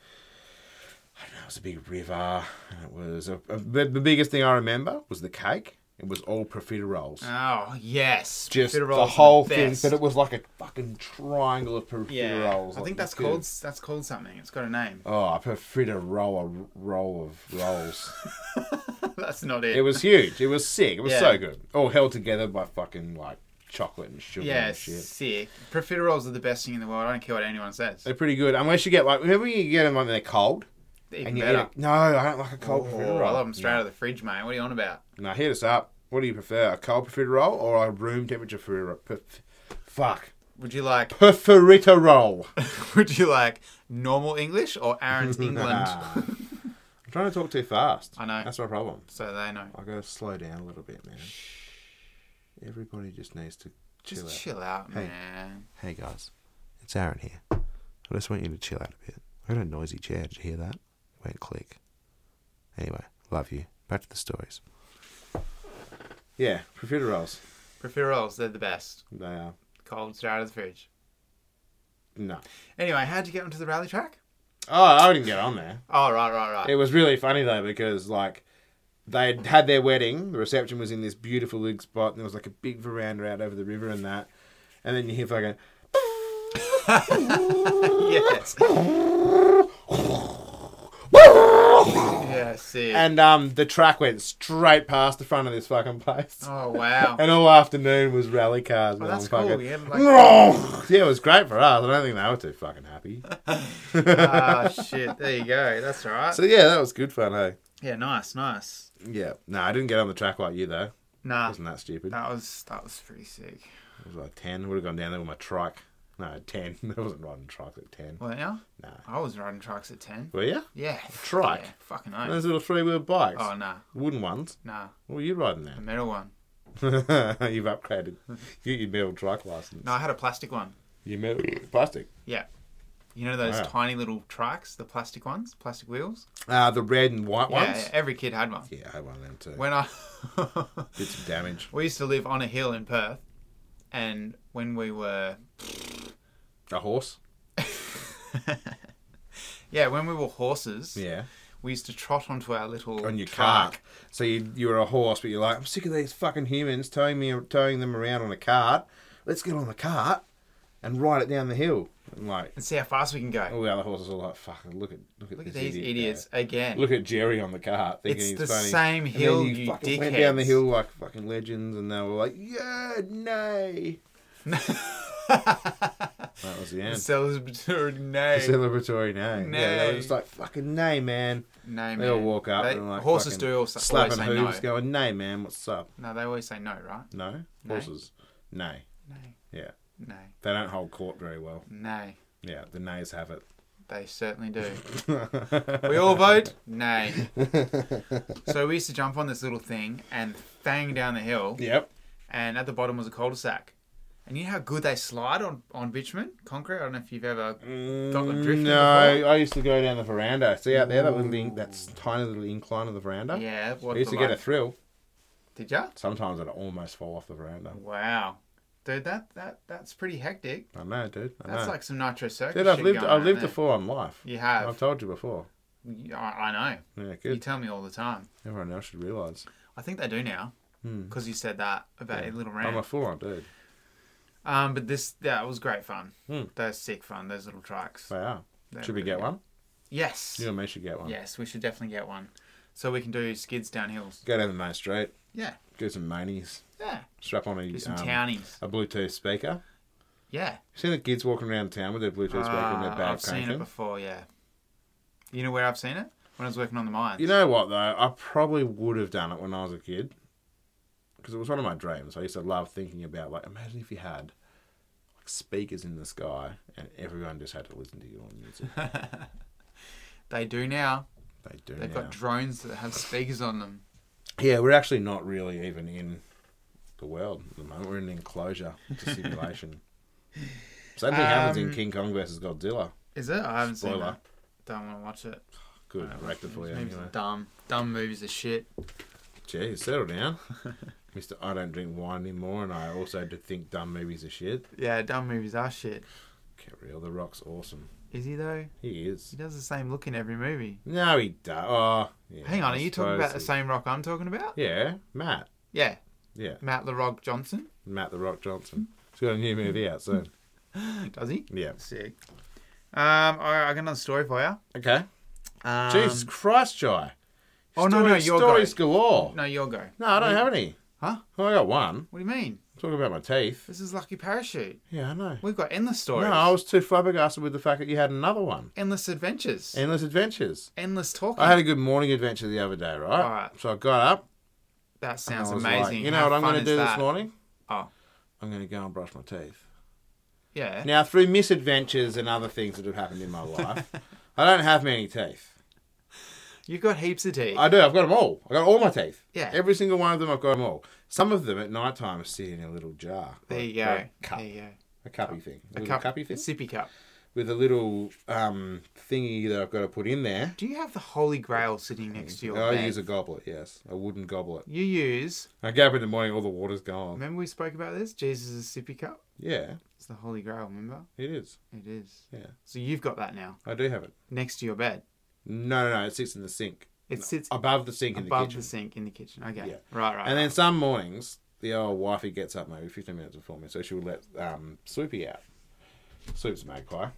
I don't know, it was a big river. And it was a, a- the, the biggest thing I remember was the cake. It was all profiteroles.
Oh yes,
just
Profiterole's
the whole thing,
best.
but it was like a fucking triangle of profiteroles.
yeah, I
like
think
you
that's
could-
called that's called something. It's got a name.
Oh, a profiterole, a roll of rolls.
that's not it.
It was huge. It was sick. It was
Yeah.
so good. All held together by fucking like chocolate and sugar
yeah,
and shit.
sick. Profiteroles are the best thing in the world. I don't care what anyone says.
They're pretty good. Unless you get like whenever you get them when they're cold.
Even
and you
better.
eat it. No, I don't like a
Oh,
cold profiterole.
I love them straight out of the fridge, mate. What are you on about?
Now hit us up. What do you prefer, a cold profiterole or a room temperature profiterole? Perf- fuck,
Would you like
profiterole.
would you like normal English or Aaron's England?
Nah. I'm trying to talk too fast.
I know.
That's my problem.
so they know.
I gotta slow down a little bit, man. Everybody just needs to chill
Just
out.
chill out,
Hey.
man.
Hey guys, it's Aaron here. I just want you to chill out a bit. I got a noisy chair. Did you hear that? Went click. Anyway, love you. Back to the stories. Yeah, profiteroles.
Profiteroles, they're the best.
They are.
Cold straight out of the fridge.
No.
Anyway, how'd you get onto the rally track?
Oh, I didn't get on there.
Oh right, right, right.
It was really funny though because like they had had their wedding. The reception was in this beautiful big spot, and there was like a big veranda out over the river and that. And then you hear fucking.
yes. Yeah, sick.
And um, the track went straight past the front of this fucking place.
oh wow.
And all afternoon was rally cars.
Well,
and
that's
all
cool.
fucking-
Yeah,
yeah, it was great for us. I don't think they were too fucking happy.
ah, shit. There you go. That's all right.
So yeah, that was good fun, hey?
Yeah, nice, nice.
Yeah. No, I didn't get on the track like you though.
Nah,
Wasn't that stupid?
that was that was pretty sick.
It was like ten. Would have gone down there with my trike. No, ten. I wasn't riding trike at ten.
Well, yeah,
No.
I was riding trucks at ten.
Were you?
Yeah,
Trike?
Yeah, fucking
And
oath.
those little three wheel bikes.
Oh nah,
Wooden ones.
nah,
What were you riding
the
then?
metal one.
You've upgraded. You get your metal trike license.
No, I had a plastic one.
Your metal plastic.
Yeah, you know those
Wow.
tiny little trikes, the plastic ones, plastic wheels.
Uh, the red and white
Yeah,
ones.
Yeah, every kid had one.
Yeah, I had one of them too.
When I
Did some damage.
we used to live on a hill in Perth, and when we were
A horse.
yeah, when we were horses,
Yeah.
we used to trot onto our little
on your
track.
cart. So you you were a horse, but you're like, I'm sick of these fucking humans towing me towing them around on a cart. Let's get on the cart and ride it down the hill. And like
and see how fast we can go.
all the other horses are like, fuck, look at look at,
Look at
Oh, this
these
idiot
idiots
there.
again.
Look at Jerry on the cart thinking
It's
he's
the
funny.
same
And then
hill, you
fucking went down the
dickheads.
hill like fucking legends, and they were like, yeah, nay. that was the
The
end.
celebratory
The
name.
celebratory nay. Yeah, they were
Nay.
just like fucking nay, man.
name.
They all walk up and like
horses
fucking
do also always
slapping
say
hooves,
no.
going nay, man, what's up?
No, they always say no, right?
No?
No.
Horses? Nay.
No,
Yeah.
no,
They don't hold court very well.
no.
Yeah, the nays have it.
They certainly do. we all vote nay. so we used to jump on this little thing and thang down the hill,
Yep.
and at the bottom was a cul-de-sac. And you know how good they slide on on bitumen concrete. I don't know if you've ever. Got them drifting
Mm, no, I used to go down the veranda. See out there, that little in, that tiny little incline of the veranda?
Yeah, what
I used
the
to get a
like-
thrill.
Did ya?
Sometimes I'd almost fall off the veranda.
Wow, dude, that that that's pretty hectic.
I know, dude. I
That's
know.
like some nitro circus.
dude, I've
shit
lived
going
I've
on
lived
there.
a full on life.
You
I've
have.
told you before.
I, I know.
Yeah,
You
good.
tell me all the time.
Everyone else should realise.
I think they do now
Hmm.
because you said that about your little
I'm a
rant.
full on dude.
Um, but this yeah, it was great fun.
Hmm.
They're sick fun. Those little trikes.
They are.
They're
Should we
really
get
good.
one?
Yes.
You and me should get one.
Yes, we should definitely get one, so we can do skids down hills.
Go down the main street,
Yeah.
do some manies,
Yeah.
strap on a
Do some
um,
townies.
a Bluetooth speaker.
Yeah.
You seen the kids walking around town with their Bluetooth speaker and their
Ah,
bag
I've seen it
cranking?
before. Yeah. You know where I've seen it? When I was working on the mines.
You know what though? I probably would have done it when I was a kid because it was one of my dreams. I used to love thinking about like, imagine if you had like speakers in the sky and everyone just had to listen to your music.
They do now.
They do
They've
now.
got drones that have speakers on them.
Yeah, we're actually not really even in the world at the moment. We're in an enclosure, it's a simulation. Same thing happens in
Um,
King Kong versus Godzilla.
Is it? I haven't seen
Spoiler.
that. Don't want to watch it.
Good, wrecked it
These
for you
movies
anyway.
are dumb. Dumb movies are shit.
Jeez, settle down. Mr. I don't drink wine anymore, and I also do think dumb movies are shit.
Yeah, dumb movies are shit.
Get real, The Rock's awesome.
Is he though?
He is.
He does the same look in every movie.
No, he does. Oh, yeah,
Hang on,
I
are you talking
suppose
about the
he-
same rock I'm talking about?
Yeah, Matt.
Yeah,
Yeah,
Matt LaRock Johnson.
Matt The Rock Johnson. He's got a new movie out soon.
Does he?
Yeah.
Sick. Um, all right, I got another story for you.
Okay.
Um,
Jesus Christ, Jai.
Oh, no, no,
Stories-
you're
Stories galore.
No, you'll go.
No, I don't have any.
Huh?
Well, I got one.
What do you mean?
Talking about my teeth.
This is Lucky Parachute.
Yeah, I know.
We've got endless
No,
stories.
I was too flabbergasted with the fact that you had another one.
Endless adventures.
Endless Adventures.
endless talking.
I had a good morning adventure the other day, right?
Alright.
So I got up,
that sounds
I was
amazing.
like, you know
How
what I'm
fun
going to
is
do
that?
this morning?
Oh.
I'm going to go and brush my teeth.
Yeah.
Now, through misadventures and other things that have happened in my life, I don't have many teeth.
You've got heaps of teeth.
I do. I've got them all. I've got all my teeth.
Yeah.
Every single one of them, I've got them all. Some of them at night time sit in a little jar.
there
or-
you go.
or A cup.
There you go.
A cuppy thing. A,
A
little
cup,
cuppy
a
thing.
sippy cup.
With a little um, thingy that I've got to put in there.
Do you have the Holy Grail sitting next to your
I
bed?
use a goblet, yes. A wooden goblet.
You use.
I get up in the morning, all the water's gone.
Remember we spoke about this? Jesus' sippy cup.
Yeah,
It's the Holy Grail. Remember?
it is.
It is.
Yeah.
So you've got that now
I do have it.
next to your bed.
No, no, no. It sits in the sink.
It sits
Above the sink in the
above the,
kitchen.
sink in the kitchen. Okay.
Yeah.
Right. Right.
And then some mornings, the old wifey gets up maybe 15 minutes before me, so she would let um, Swoopy out. Swoop's a magpie.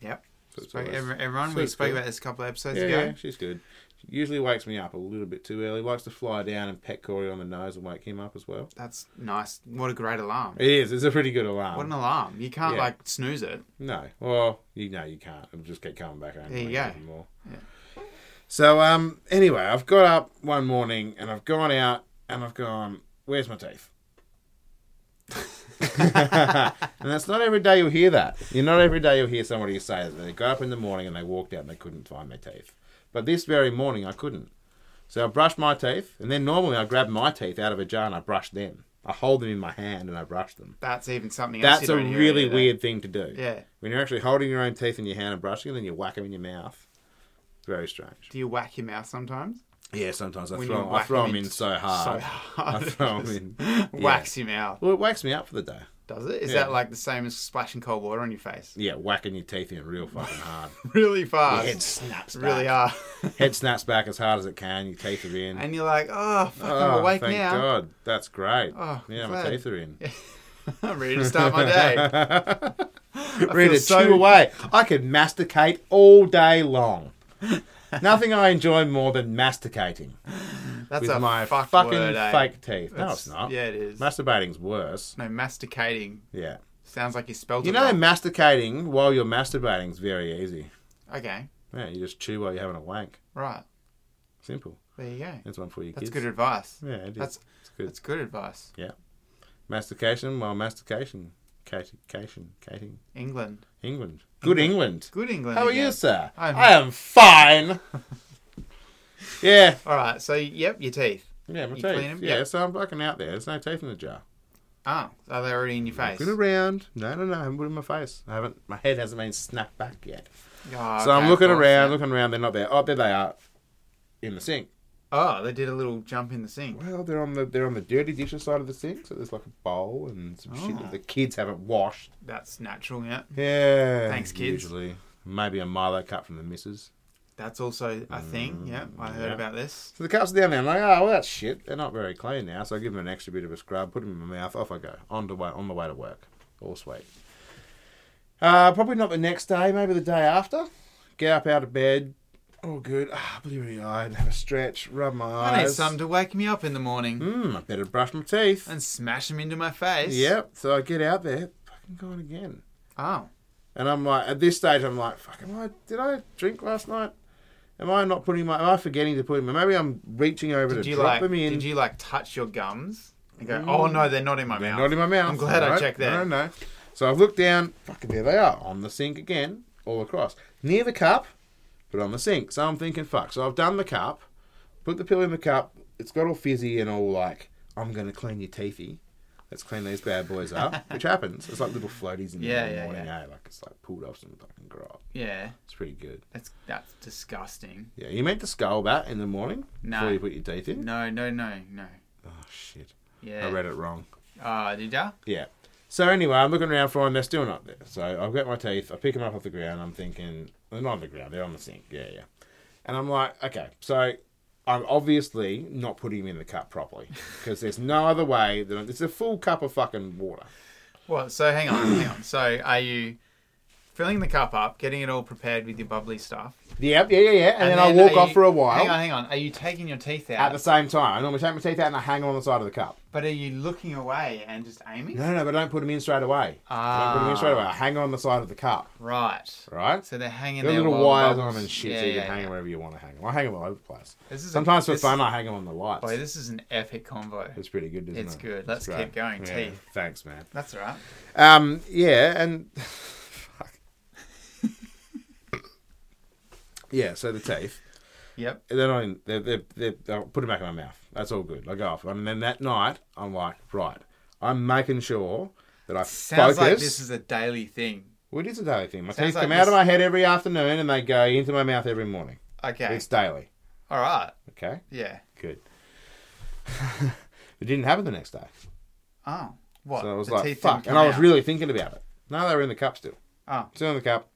Yep.
Swoop's
Spoke,
always-
every- everyone, we
Swoop's
spoke
good.
about this a couple of episodes
yeah,
ago.
yeah, she's good. Usually wakes me up a little bit too early. Likes to fly down and peck Corey on the nose and wake him up as well.
That's nice. What a great alarm.
It is. It's a pretty good alarm.
What an alarm. You can't,
yeah.
like, snooze it.
No. Well, you know you can't. It'll just keep coming back home.
There you
like,
go.
even More.
Yeah.
So um anyway, I've got up one morning and I've gone out and I've gone, Where's my teeth? and that's not every day you'll hear that. You're not every day you'll hear somebody say that they got up in the morning and they walked out and they couldn't find their teeth. But this very morning I couldn't. So I brushed my teeth and then normally I grab my teeth out of a jar and I brush them. I hold them in my hand and I brush them.
That's even something else.
That's
you
a
don't hear
really
either.
weird thing to do.
Yeah.
When you're actually holding your own teeth in your hand and brushing, and then you whack them in your mouth. It's very strange.
Do you whack your mouth sometimes?
Yeah, sometimes I
When you
throw I
whack
throw
'em
them in
in
so hard.
So hard.
Uh, I throw 'em in.
Whacks your mouth.
Well, it wakes me up for the day.
Does it? Is
Yeah.
that like the same as splashing cold water on your face?
Yeah, whacking your teeth in real fucking hard.
Really
Your
fast.
head snaps back.
really are.
Head snaps back as hard as it can. Your teeth are in.
and you're like, oh, fuck, I'm awake
thank
now.
God. That's great.
Oh,
yeah,
I'm
my
glad.
teeth are in.
I'm ready to start my day.
Read
feel
it
so-
chew away. I could masticate all day long. Nothing I enjoy more than masticating
That's
with
a
my
fuck
fucking
word, eh?
fake teeth. No,
That's-
it's not.
Yeah, it is.
Masturbating's worse.
no, masticating
Yeah.
sounds like you spelled
You
it
know,
wrong.
masticating while you're masturbating's very easy.
Okay,
Yeah, you just chew while you're having a wank.
right.
Simple.
There you go.
That's one for your kids.
That's good advice.
Yeah, it is.
That's-
it's good.
That's good advice.
Mastication while mastication. Cating. Cating.
England.
England. Good England.
Good England.
How are
again.
you, sir?
I'm-
I am fine. yeah.
All right, so, yep, your teeth.
Yeah, my
You
teeth.
clean 'em?
Yeah,
Yeah.
so I'm fucking out there. There's no teeth in the jar.
Oh, are they already in your face?
Good around. No, no, no. I haven't put it in my face. I haven't. My head hasn't been snapped back yet.
Oh,
so
okay,
I'm looking
of course,
around,
yeah.
looking around. They're not there. Oh, there they are, in the sink.
Oh, they did a little jump in the sink.
Well, they're on the they're on the dirty dishes side of the sink. So there's like a bowl and some shit
Oh.
that the kids haven't washed.
That's natural, yeah.
Yeah.
Thanks, kids.
Usually, maybe a Milo cup from the missus.
That's also a thing, yeah. I heard
Mm, yeah.
about this.
So the cups are down there. I'm like, oh, well, that's shit. They're not very clean now. So I give them an extra bit of a scrub, put them in my mouth. Off I go. On the way, on the way to work. All sweet. Uh, probably not the next day. Maybe the day after. Get up out of bed. All good. Ah, bleary eyed. Have a stretch. Rub my eyes.
I need some to wake me up in the morning
Mm, I better brush my teeth.
and smash them into my face.
Yep. So I get out there. Fucking gone again.
Oh,
And I'm like, at this stage, I'm like, fuck, am I, did I drink last night? Am I not putting my, am I forgetting to put them in? Maybe I'm reaching over
did
to
you
drop
like?
them in. Mm.
Did you like touch your gums and go? Oh no, they're not in my
They're
mouth.
not in my mouth.
I'm glad I
No,
checked that.
No, no. So I've looked down. Fucking there they are on the sink again, all across. Near the cup, but on the sink. So I'm thinking, fuck. So I've done the cup, put the pill in the cup. It's got all fizzy and all like, I'm going to clean your teethy. Let's clean these bad boys up, which happens. It's like little floaties in the middle
Yeah,
of the
yeah,
morning,
yeah.
eh? Like it's like pulled off some fucking grog.
Yeah,
It's pretty good.
that's that's disgusting.
Yeah, you meant to scull that in the morning
No.
before you put your teeth in.
No, no, no, no.
Oh shit!
Yeah.
I read it wrong.
Oh, did ya?
Yeah. So anyway, I'm looking around for them. They're still not there. So I've got my teeth. I pick them up off the ground. I'm thinking they're not on the ground. They're on the sink. Yeah, yeah. And I'm like, okay. So I'm obviously not putting them in the cup properly because there's no other way. Than, it's a full cup of fucking water.
Well, so hang on, hang on. So are you filling the cup up, getting it all prepared with your bubbly stuff,
Yep. Yeah, yeah, yeah. And, then, I
are
walk off
you-
for a while.
Hang on, hang on. Are you taking your teeth
At
out?
the same time, I normally take my teeth out and I hang them on the side of the cup.
But are you looking away and just aiming? Ah,
No, no, no, but I don't put them in straight away. I don't put them in straight away. I hang on the side of the cup,
Right.
right?
So they're hanging
Got
there.
little
while the
wires on
bubbles-
them and shit,
Yeah,
so you
yeah,
can hang
yeah.
them wherever you want to hang them. I hang them all over the place.
This is a-
Sometimes for
this-
fun, I hang them on the lights.
Boy, this is an epic convo.
It's pretty good, isn't
It's
it?
good. Let's
great.
keep going,
Yeah.
teeth.
Thanks, man.
That's all right.
Um, yeah, and fuck. yeah, so the teeth.
Yep.
They're not in. They're, they're, they're, I'll put them back in my mouth. That's all good. I go off, and then that night, I'm like, right, I'm making sure that I
Sounds
focus.
like this is a daily thing.
Well, it is a daily thing. My
Sounds
teeth
like
come out of
this-
my head every afternoon, and they go into my mouth every morning.
Okay.
It's daily.
All right.
Okay.
Yeah.
Good. it didn't happen the next day.
Oh. What?
So I was
The
like,
teeth
fuck.
didn't
And
come
I was
out?
really thinking about it. No, they were in the cup still.
Oh.
Still in the cup.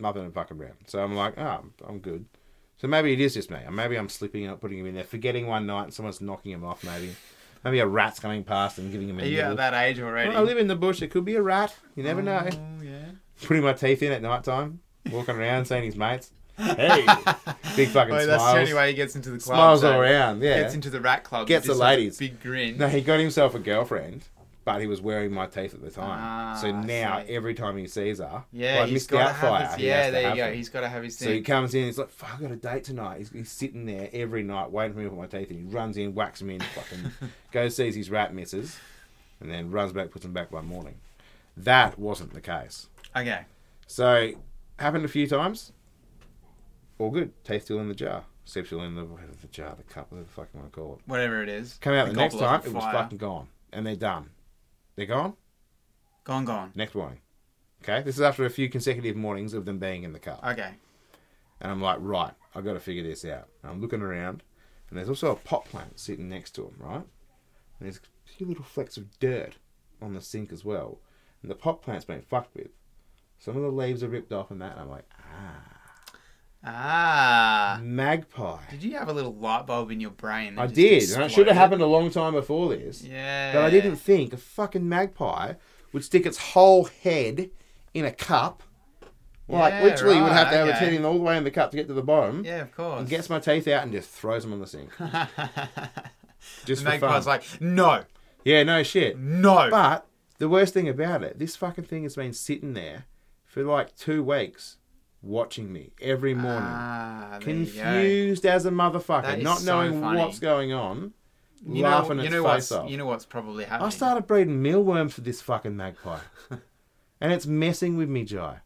Nothing in fucking round. So I'm like, ah, I'm- I'm good. So maybe it is just me. Or Maybe I'm slipping and not putting them in there, forgetting one night and someone's knocking them off, maybe. Maybe a rat's coming past and giving them a
Are you
nibble.
at that age already?
Well, I live in the bush. It could be a rat. You never know.
Oh, yeah.
Putting my teeth in at night time, walking around, seeing his mates. Hey, big fucking
Well,
smiles.
that's the only way he gets into the club.
smiles
so
all around. Yeah,
Gets into the rat club.
Gets
with
the
just, like, a
ladies.
big grin.
No, he got himself a girlfriend, but he was wearing my teeth at the time.
Ah,
so
I
now
see.
every time he sees her,
Yeah,
like
he's
Miss
got to have
Doubtfire,
his,
he has
Yeah,
to
there
have
you go.
them.
He's got to have his
So he
thing.
comes in, he's like, "Fuck, I got a date tonight." He's, he's sitting there every night waiting for me to put my teeth in. He runs in, whacks me in, fucking goes sees his rat misses, and then runs back, puts them back one morning. That wasn't the case.
okay.
So happened a few times. All good. Teeth still in the jar. Sip still in the, the jar, the cup, whatever the fuck you want to call it.
Whatever it is.
Come out
The
the, next
goblet
time,
on
it was
fire.
fucking gone, and they're done. They're gone.
Gone, gone.
Next morning. Okay, this is after a few consecutive mornings of them being in the car.
Okay.
And I'm like, right, I've got to figure this out. And I'm looking around, and there's also a pot plant sitting next to them, right? And there's a few little flecks of dirt on the sink as well. And the pot plant's been fucked with. Some of the leaves are ripped off and that, and I'm like, ah,
Ah.
magpie.
Did you have a little light bulb in your brain? that
I
just
did, and it should
exploded?
have happened a long time before this.
Yeah.
But I didn't think a fucking magpie would stick its whole head in a cup. Like,
Yeah,
literally, you would have to have
right,
its head
okay.
in all the way in the cup to get to the bottom.
Yeah, of course.
And gets my teeth out and just throws them on the sink. Just for
the
fun.
magpie's like, no,
yeah, no shit.
no.
But the worst thing about it, this fucking thing has been sitting there for like two weeks watching me every morning.
Ah, there you go.
confused as a motherfucker,
That is
not
so
knowing
funny.
what's going on,
You know-
laughing
you
its
know
face
what's,
off.
You know what's probably happening.
I started breeding mealworms for this fucking magpie. and it's messing with me, Jai.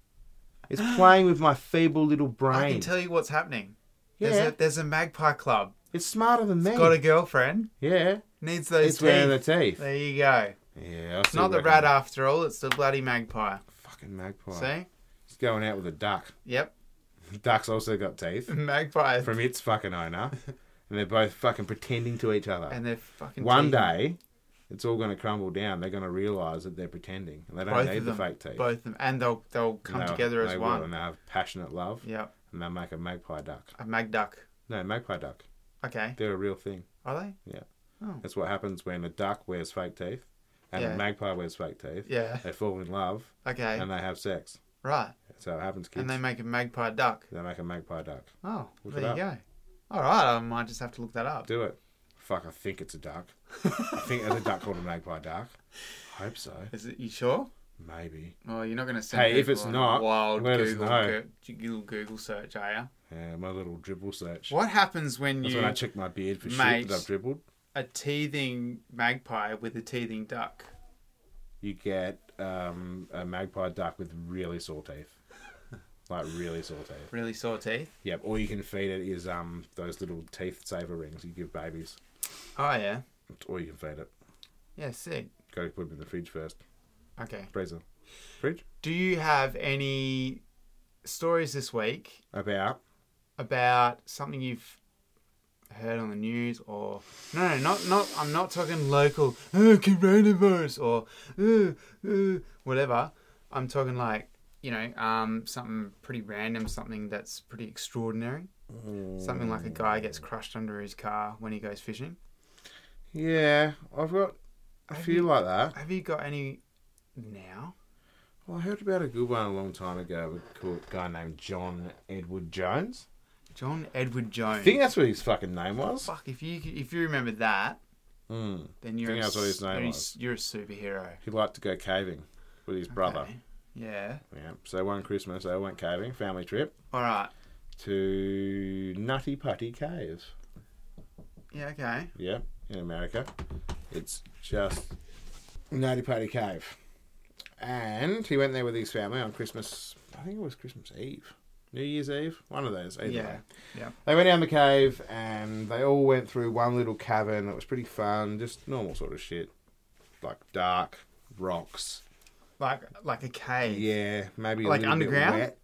It's playing with my feeble little
I
brain.
can tell you what's happening.
Yeah.
There's, a, there's a magpie club.
it's smarter than me.
Got a girlfriend.
yeah.
Needs those
It's
teeth.
wearing the teeth.
There you go.
Yeah. I
It's not the rat after all. It's the bloody magpie.
Fucking magpie.
See?
It's going out with a duck.
Yep.
The duck's also got teeth
Magpie.
from its fucking owner. and they're both fucking pretending to each other.
and they're fucking.
One
teeth.
day, it's all going to crumble down. They're going to realise that they're pretending. And they don't
Both
need
of
the
them.
fake teeth.
Both of them. And they'll they'll
And
come
they'll-
together as
they will,
one.
And they'll have passionate love.
Yep.
And they'll make a magpie duck.
A mag duck.
No, magpie duck.
Okay.
They're a real thing.
Are they?
That's what happens when a duck wears fake teeth and
Yeah.
a magpie wears fake teeth.
Yeah.
They fall in love
Okay.
and they have sex.
right.
That's how it happens, kids.
And they make a magpie duck.
They make a magpie duck.
Oh,
Look
there
it
you go. All right, I might just have to look that up.
Do it. Fuck, I think it's a duck. I think there's a duck called a magpie duck. Hope so.
Is it you sure?
Maybe.
Well, you're not going to send.
Hey, if
people
it's
on a
not,
wild
let us
Google,
know.
Go- Google Google search, are ya?
Yeah, my little dribble search.
What happens when
That's
you
when I check my beard for shit
Mate.
that I've dribbled.
a teething magpie with a teething duck?
You get um, a magpie duck with really sore teeth. Like really sore teeth.
Really sore teeth.
Yep. All you can feed it is um those little teeth saver rings you give babies.
Oh yeah,
That's all you can feed it.
yeah, sick.
Got to put them in the fridge first.
Okay.
Freezer. Fridge?
Do you have any stories this week
About.
about something you've heard on the news or no no not not I'm not talking local oh, coronavirus or oh, oh, whatever I'm talking like you know um something pretty random something that's pretty extraordinary something like a
Hmm.
guy gets crushed under his car when he goes fishing
Yeah, I've got a
Have
few
you-
like that.
have you got any now
Well, I heard about a good one a long time ago with a cool guy named John Edward Jones.
John Edward Jones
I think that's what his fucking name was.
fuck if you if you remember that
Mm.
then you're
think
a
that's what his
s-
name
you're a
was.
s- you're a superhero
He liked to go caving with his brother.
Okay. yeah
Yeah. So one Christmas they went caving, family trip
all right
to Nutty Putty Cave.
yeah okay
Yeah, in America. It's just Natty Party Cave. And he went there with his family on Christmas, I think it was Christmas Eve. New Year's Eve? One of those. Either
Yeah,
way.
yeah.
They went down the cave and they all went through one little cavern. It was pretty fun, just normal sort of shit. Like dark, rocks.
Like like a cave.
Yeah, maybe a
Like
little bit
underground?
wet.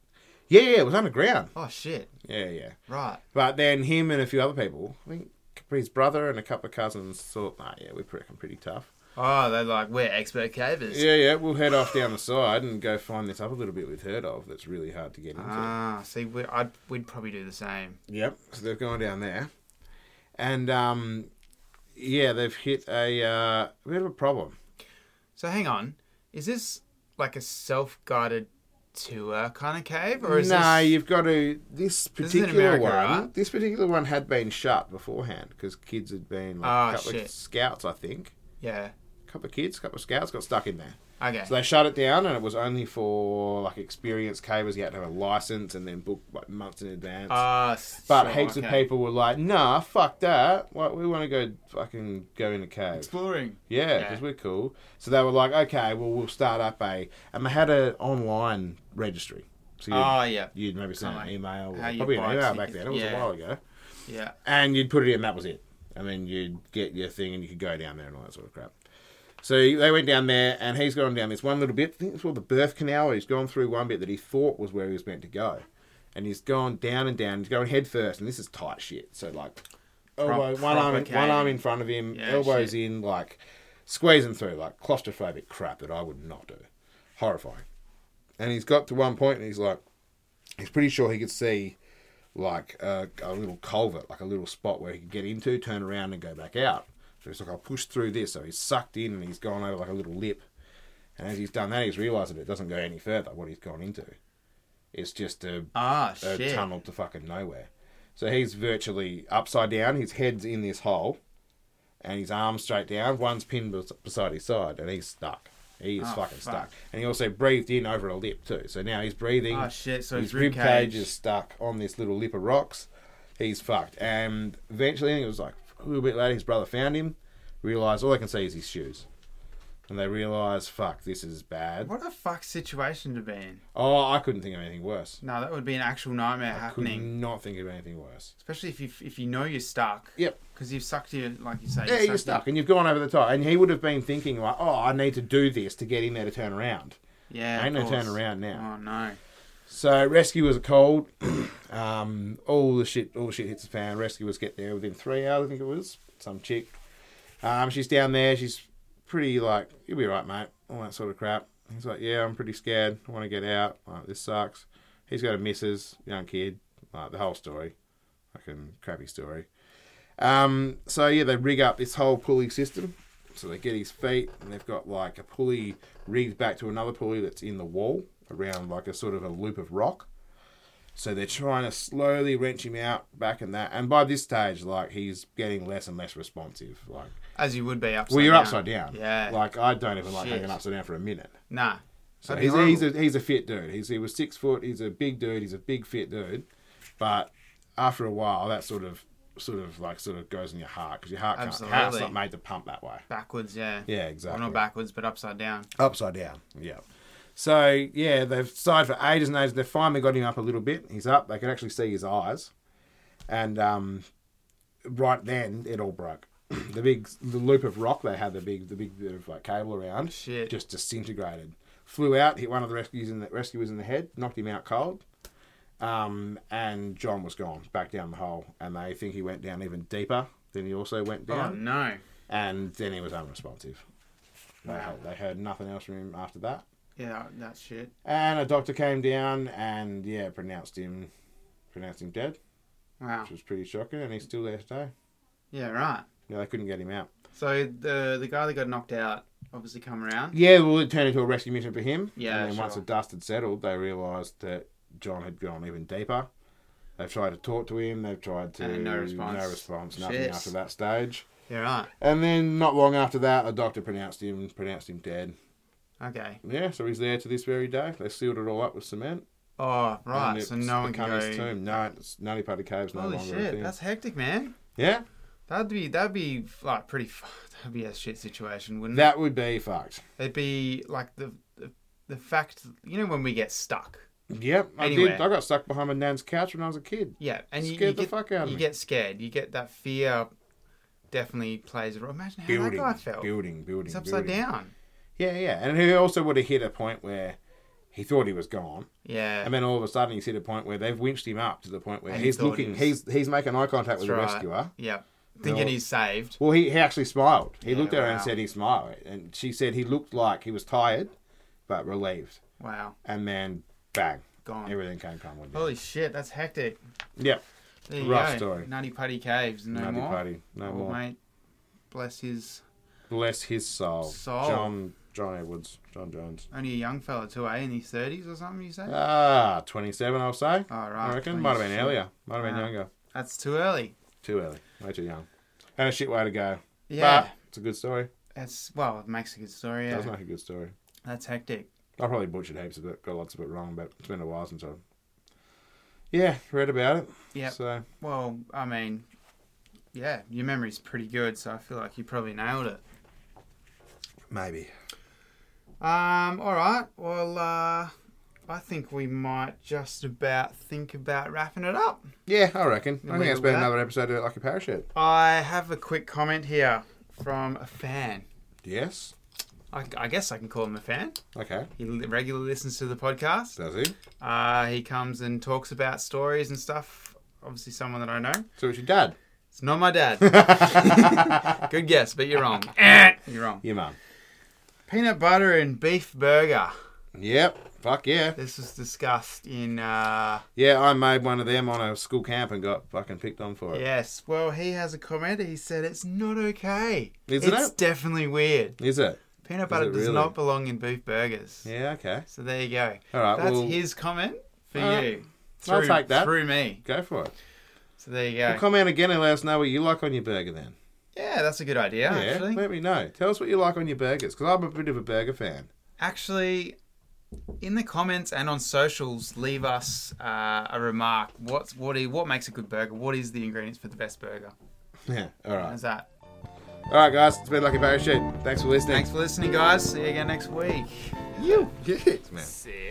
Yeah, yeah, it was underground.
Oh shit.
Yeah, yeah.
Right.
But then him and a few other people, I think his brother and a couple of cousins thought, nah, yeah, we're pretty, pretty tough.
Oh, they're like we're expert cavers.
Yeah, yeah, we'll head off down the side and go find this other little bit we've heard of that's really hard to get into.
Ah, see, we I'd, we'd probably do the same.
yep. So they've gone down there, and um, yeah, they've hit a uh, bit of a problem.
So hang on, is this like a self-guided tour kind of cave, or is
no,
this?
you've got to. This
This is in
particular
America,
one,
right?
this particular one had been shut beforehand because kids had been like
Ah,
a couple
shit.
of scouts, I think,
Yeah.
a couple of kids, a couple of scouts got stuck in there.
Okay.
So they shut it down, and it was only for like experienced cavers. You had to have a license and then book like months in advance.
Ah,
but
sure,
heaps of
okay.
people were like, "Nah, fuck that. Like, we want to go fucking go in a cave."
exploring.
Yeah,
Yeah.
because we're cool. So they were like, okay, well, we'll start up a, and they had an online registry. So you'd,
Oh yeah,
you'd maybe send an
kinda
email, or
how you
probably an
buy
email
tickets,
back then. It was
yeah.
a while ago,
yeah.
and you'd put it in, that was it. And then you'd get your thing, and you could go down there and all that sort of crap. So they went down there, and he's gone down this one little bit. I think it's called the birth canal. He's gone through one bit that he thought was where he was meant to go, and he's gone down and down. He's going head first, and this is tight shit. So like, elbow, Oh, one arm, in,
proper
one arm
caving.
in front of him,
Yeah,
elbows in, like squeezing through, like claustrophobic crap that I would not do. Horrifying. And he's got to one point, and he's like, he's pretty sure he could see like a, a little culvert, like a little spot where he could get into, turn around, and go back out. So he's like, I'll push through this. So he's sucked in and he's gone over like a little lip. And as he's done that, he's realised that it doesn't go any further, what he's gone into. It's just a,
Ah,
a
shit.
tunnel to fucking nowhere. So he's virtually upside down, his head's in this hole, and his arm's straight down, one's pinned bes- beside his side, and he's stuck. He is
Oh,
fucking
fuck.
stuck. And he also breathed in over a lip, too. So now he's breathing
Oh shit. So
his
his
rib
rib
cage
cage
is stuck on this little lip of rocks. He's fucked. And eventually, I think it was like a little bit later, his brother found him, realised all they can see is his shoes. And they realise, fuck, this is bad.
What a fuck situation to be in.
Oh, I couldn't think of anything worse.
No, that would be an actual nightmare
Could
happening.
not think of anything worse.
Especially if you if you know you're stuck.
Yep.
Because you've sucked your like you say.
Yeah,
you've
you're
sucked
stuck and you've gone over the top. And he would have been thinking, like, oh, I need to do this to get in there to turn around.
your- Yeah.
Ain't
of
no turn
course.
around now.
Oh no.
So rescue was cold. um, all the shit, all the shit hits the fan. Rescue was get there within three hours. I think it was some chick. Um, she's down there. She's pretty like you'll be right, mate. All that sort of crap. He's like, yeah, I'm pretty scared. I want to get out. Like this sucks. He's got a missus, young kid. Like the whole story, fucking crappy story. Um, so yeah, they rig up this whole pulley system. So they get his feet, and they've got like a pulley rigged back to another pulley that's in the wall around like a sort of a loop of rock. So they're trying to slowly wrench him out back in that. And by this stage, like he's getting less and less responsive. Like,
As you would be upside.
well, you're
down.
upside down.
Yeah.
Like I don't even like
Shit.
hanging upside down for a minute.
nah.
So
That'd be
he's, he's
horrible.
a he's a fit dude. He's he was six foot. He's a big dude. He's a big fit dude. But after a while, that sort of sort of like sort of goes in your heart because your heart can't, your heart's
Absolutely.
not made to pump that way.
Backwards. Yeah.
Yeah,
Well,
exactly.
not backwards, but upside down.
Upside down. Yeah. So yeah, they've sighed for ages and ages. They finally got him up a little bit. He's up. They could actually see his eyes, and um, right then it all broke. the big the loop of rock they had the big the big bit of like cable around
Shit.
just disintegrated. Flew out, hit one of the rescues in the rescuers in the head, knocked him out cold. Um, and John was gone back down the hole, and they think he went down even deeper. Then he also went
Oh
down
no.
and then he was unresponsive. They heard, they heard nothing else from him after that.
Yeah. That shit.
And a doctor came down and yeah, pronounced him pronounced him dead,
Wow.
which was pretty shocking. And he's still there today.
Yeah. Right.
Yeah, they couldn't get him out.
So the the guy that got knocked out obviously come around.
Yeah, well, it turned into a rescue mission for him.
Yeah,
And then once the
sure.
dust had settled, they realised that John had gone even deeper. They've tried to talk to him. They've tried to
And no response.
No response. Nothing
Shit.
after that stage.
Yeah. Right.
And then not long after that, a doctor pronounced him pronounced him dead.
Okay.
Yeah, so he's there to this very day. They sealed it all up with cement. And
Oh right.
it's
So no one can
become his
go.
tomb. No, it's Nutty Putty Cave's no
Holy
longer a
shit.
thing.
That's hectic, man.
Yeah,
That'd be that'd be like pretty. fu- That'd be a shit situation, wouldn't
that would be fucked.
it? It'd be like the the, the fact you know when we get stuck.
Yep, I
Anywhere.
did. I got stuck behind my nan's couch when I was a kid.
Yeah, and you,
Scared
you
the
get
fuck out of
you
me.
get scared. You get that fear. Definitely plays a role. Imagine how
Building,
that guy felt.
building, building.
He's upside
building.
down.
Yeah, yeah, and he also would have hit a point where he thought he was gone,
Yeah.
and then all of a sudden he's hit a point where they've winched him up to the point where
And he
he's
thought he
looking,
was-
he's he's making eye contact with
That's right.
the rescuer.
yeah. Thinking
all-
he's saved.
Well, he, he actually smiled. He
Yeah,
looked at her and
wow.
said he smiled, and she said he looked like he was tired, but relieved.
Wow.
And then, bang,
Gone.
everything came crumbling down.
Holy shit. That's hectic.
Yep.
There you
Rough
go.
story.
Nutty Putty Caves. No
Nutty
more. Oh,
Party. No
Old
more.
mate. Bless his.
Bless his soul.
Soul.
John John A. Woods, John Jones.
Only a young fella too, eh? In his thirties or something, you say?
Ah, 27, I'll say.
oh, right.
I reckon. Might have been
27.
earlier. Might have been
Ah.
younger.
That's too early.
Too early. Way too young. And a shit way to go.
Yeah.
But it's a good story.
That's well, it makes a good story.
It
Yeah.
does make a good story.
That's hectic.
I probably butchered heaps of it, got lots of it wrong, but it's been a while since I've. Yeah, read about it.
Yep.
So,
Well, I mean, yeah, your memory's pretty good, so I feel like you probably nailed it.
maybe.
Um, all right. Well, uh, I think we might just about think about wrapping it up.
Yeah, I reckon. I
Leave
think
it
it's been
with that.
another episode of Lucky Parachute.
I have a quick comment here from a fan.
Yes.
I, I guess I can call him a fan.
Okay.
He li- regularly listens to the podcast.
Does he?
Uh, he comes and talks about stories and stuff. Obviously, someone that I know.
So it's your dad.
It's not my dad. Good guess, but you're wrong. you're wrong.
Your mum.
Peanut butter and beef burger.
Yep. Fuck yeah.
This was discussed in. Uh,
Yeah, I made one of them on a school camp and got fucking picked on for it.
yes. Well, he has a comment. He said it's not okay.
Isn't
it's
it?
definitely weird.
Is it?
Peanut butter
it
does
really?
not belong in beef burgers.
Yeah, okay.
So there you go.
All right,
That's
well-
his comment for
All right.
you.
I'll
Through-
take that.
Through me.
Go for it.
So there you
Well,
go.
comment again and let us know what you like on your burger then.
Yeah, that's a good idea,
yeah,
actually.
let me know. Tell us what you like on your burgers, because I'm a bit of a burger fan.
Actually, in the comments and on socials, leave us uh, a remark. What's what? i- What makes a good burger? What is the ingredients for the best burger?
Yeah, all right.
How's that?
All right, guys, it's been Lucky Parachute. Thanks for listening.
Thanks for listening, guys. See you again next week.
You. Yes, man.
Sick.